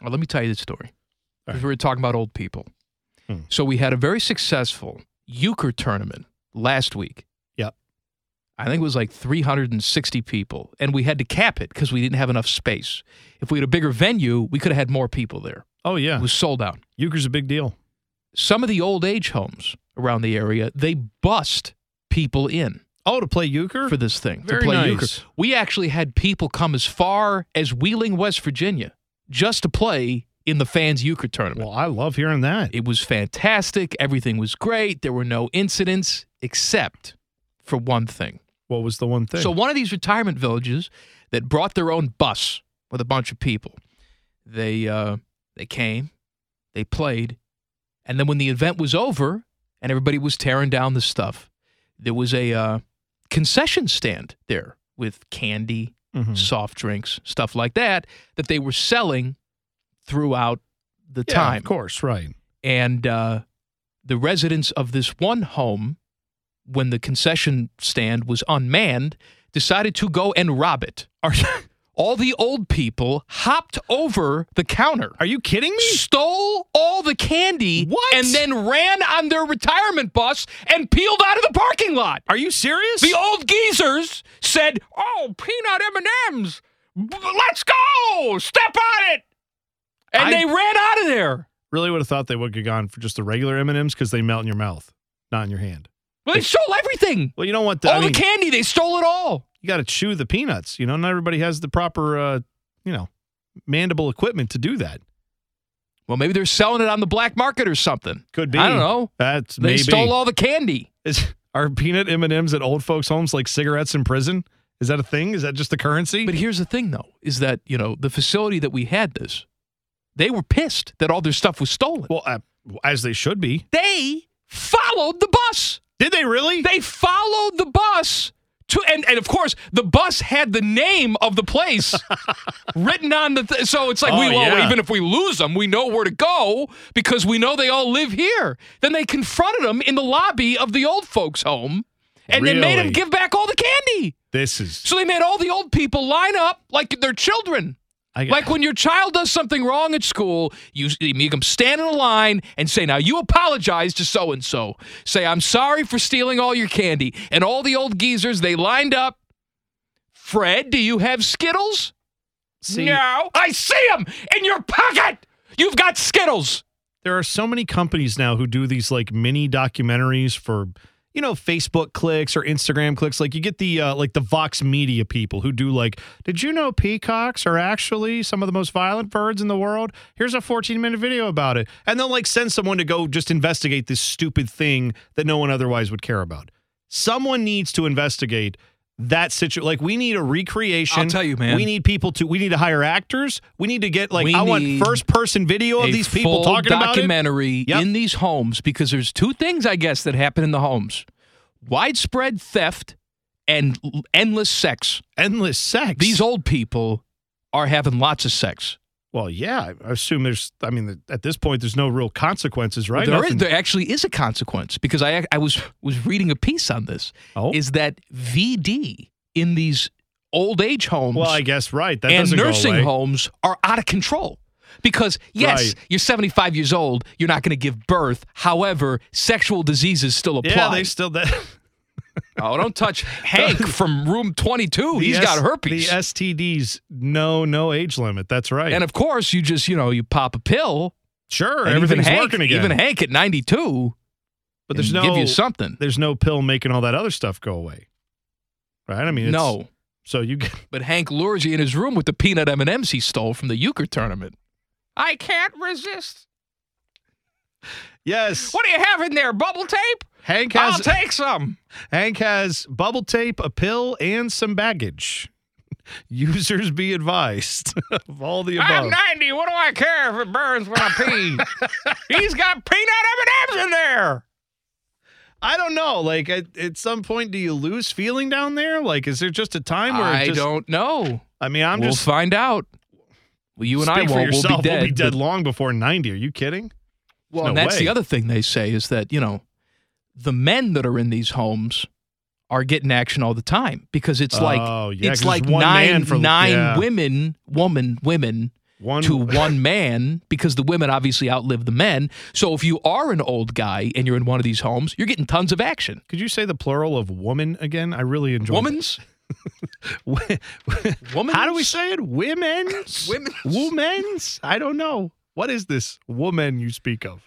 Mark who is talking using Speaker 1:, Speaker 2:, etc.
Speaker 1: Well, let me tell you this story.
Speaker 2: All
Speaker 1: Because we were talking about old people.
Speaker 2: Hmm.
Speaker 1: So we had a very successful euchre tournament last week.
Speaker 2: Yep.
Speaker 1: I think it was like 360 people, and we had to cap it because we didn't have enough space. If we had a bigger venue, we could have had more people there.
Speaker 2: Oh yeah,
Speaker 1: It was sold out.
Speaker 2: euchre's a big deal.
Speaker 1: Some of the old age homes around the area, they bust people in
Speaker 2: Oh, to play euchre?
Speaker 1: for this thing
Speaker 2: Very
Speaker 1: to play
Speaker 2: nice.
Speaker 1: euchre. We actually had people come as far as Wheeling, West Virginia, just to play in the fans euchre tournament.
Speaker 2: well, I love hearing that.
Speaker 1: It was fantastic. Everything was great. There were no incidents except for one thing.
Speaker 2: What was the one thing?
Speaker 1: So one of these retirement villages that brought their own bus with a bunch of people, they uh, they came, they played, and then when the event was over and everybody was tearing down the stuff, there was a uh, concession stand there with candy,
Speaker 2: Mhm.
Speaker 1: soft drinks, stuff like that that they were selling throughout the
Speaker 2: Yeah,
Speaker 1: time
Speaker 2: of course, right?
Speaker 1: and uh, the residents of this one home, when the concession stand was unmanned, decided to go and rob it. all the old people hopped over the counter,
Speaker 2: Are you kidding me?
Speaker 1: stole all the candy,
Speaker 2: What?
Speaker 1: and then ran on their retirement bus and peeled out of the parking lot.
Speaker 2: Are you serious?
Speaker 1: The old geezers said, "Oh, peanut M and M's, let's go, step on it," and
Speaker 2: I-
Speaker 1: they ran out of there.
Speaker 2: really would have thought they would have gone for just the regular M and M's because they melt in your mouth, not in your hand.
Speaker 1: Well, they stole everything.
Speaker 2: Well, you know what? I
Speaker 1: all
Speaker 2: mean,
Speaker 1: Oh, the candy, they stole it all.
Speaker 2: you got to chew the peanuts. You know, not everybody has the proper, uh, you know, mandible equipment to do that.
Speaker 1: Well, maybe they're selling it on the black market or something.
Speaker 2: Could be.
Speaker 1: I don't know.
Speaker 2: That's
Speaker 1: They
Speaker 2: maybe.
Speaker 1: stole all the candy.
Speaker 2: Is, are peanut M and M's at old folks' homes like cigarettes in prison? Is that a thing? Is that just the currency?
Speaker 1: But here's the thing, though, is that you know the facility that we had this, they were pissed that all their stuff was stolen.
Speaker 2: well, uh, as they should be.
Speaker 1: they followed the bus.
Speaker 2: Did they really?
Speaker 1: They followed the bus to, and and of course the bus had the name of the place written on the. Th- so it's like we
Speaker 2: Oh,
Speaker 1: well,
Speaker 2: yeah.
Speaker 1: even if we lose them, we know where to go because we know they all live here. Then they confronted them in the lobby of the old folks' home. And then made them
Speaker 2: Really?
Speaker 1: give back all the candy.
Speaker 2: this is
Speaker 1: So they made all the old people line up like they're children.
Speaker 2: I,
Speaker 1: Like when your child does something wrong at school, you, you make them stand in a line and say, Now you apologize to so and so. Say, I'm sorry for stealing all your candy. And all the old geezers, they lined up. Fred, do you have Skittles?
Speaker 2: see.
Speaker 1: No. I see them in your pocket. You've got Skittles.
Speaker 2: there are so many companies now who do these like mini documentaries for you know facebook clicks or instagram clicks like you get the uh, like the vox media people who do like did you know peacocks are actually some of the most violent birds in the world here's a 14 minute video about it and they'll like send someone to go just investigate this stupid thing that no one otherwise would care about someone needs to investigate that situation like we need a recreation
Speaker 1: I'll tell you, man.
Speaker 2: we need people to we need to hire actors we need to get like
Speaker 1: We
Speaker 2: i want
Speaker 1: need
Speaker 2: first person video of
Speaker 1: A
Speaker 2: these people
Speaker 1: full
Speaker 2: talking about it
Speaker 1: documentary
Speaker 2: Yep.
Speaker 1: in these homes because there's two things, I guess, that happen in the homes widespread theft and l- endless sex.
Speaker 2: endless sex.
Speaker 1: these old people are having lots of sex.
Speaker 2: well, yeah. I assume there's. I mean, at this point, there's no real consequences, right?
Speaker 1: There, is,
Speaker 2: Nothing-
Speaker 1: there actually is a consequence because I ac- I was was reading a piece on this.
Speaker 2: Oh.
Speaker 1: Is that VD in these old age homes
Speaker 2: well, I guess right. That
Speaker 1: and
Speaker 2: doesn't go
Speaker 1: nursing
Speaker 2: away.
Speaker 1: homes are out of control? Because yes,
Speaker 2: Right.
Speaker 1: you're 75 years old, you're not going to give birth. However, sexual diseases still apply.
Speaker 2: Yeah, they still that.
Speaker 1: oh, don't touch Hank from room 22. He's
Speaker 2: the
Speaker 1: got
Speaker 2: S-
Speaker 1: herpes.
Speaker 2: The STDs, no, no age limit. That's right.
Speaker 1: and of course, you just you know you pop a pill.
Speaker 2: sure,
Speaker 1: and even
Speaker 2: everything's
Speaker 1: Hank,
Speaker 2: working again.
Speaker 1: Even Hank at 92.
Speaker 2: but there's
Speaker 1: and
Speaker 2: no
Speaker 1: give you something.
Speaker 2: there's no pill making all that other stuff go away, right? I mean, it's,
Speaker 1: No,
Speaker 2: So you get
Speaker 1: but Hank lures you in his room with the peanut M and M's he stole from the euchre tournament. I can't resist.
Speaker 2: yes.
Speaker 1: do you have in there? Bubble tape?
Speaker 2: Hank has
Speaker 1: take some.
Speaker 2: Hank has bubble tape, a pill, and some baggage. Users be advised of all the above.
Speaker 1: 90. What do I care if it burns when I pee? He's got peanut M and M's in there.
Speaker 2: I don't know. Like at, at some point, do you lose feeling down there? Like, is there just a time where
Speaker 1: I
Speaker 2: it just,
Speaker 1: don't know.
Speaker 2: I mean, I'm
Speaker 1: we'll
Speaker 2: just
Speaker 1: find out. Well, you and I
Speaker 2: speak
Speaker 1: won't.
Speaker 2: for yourself.
Speaker 1: we'll be dead. but-
Speaker 2: long before ninety. Are you kidding?
Speaker 1: Well,
Speaker 2: no
Speaker 1: and that's
Speaker 2: way.
Speaker 1: the other thing they say is that, you know, the men that are in these homes are getting action all the time because it's like
Speaker 2: Oh, yeah, 'cause
Speaker 1: it's
Speaker 2: it's
Speaker 1: like
Speaker 2: one
Speaker 1: nine
Speaker 2: man for-
Speaker 1: nine
Speaker 2: yeah.
Speaker 1: women, woman, women
Speaker 2: One-
Speaker 1: to one man because the women obviously outlive the men. So if you are an old guy and you're in one of these homes, you're getting tons of action.
Speaker 2: Could you say the plural of woman again? I really enjoy
Speaker 1: Women's, women.
Speaker 2: How do we say it? Women's?
Speaker 1: Women's.
Speaker 2: Women's? I don't know. What is this woman you speak of?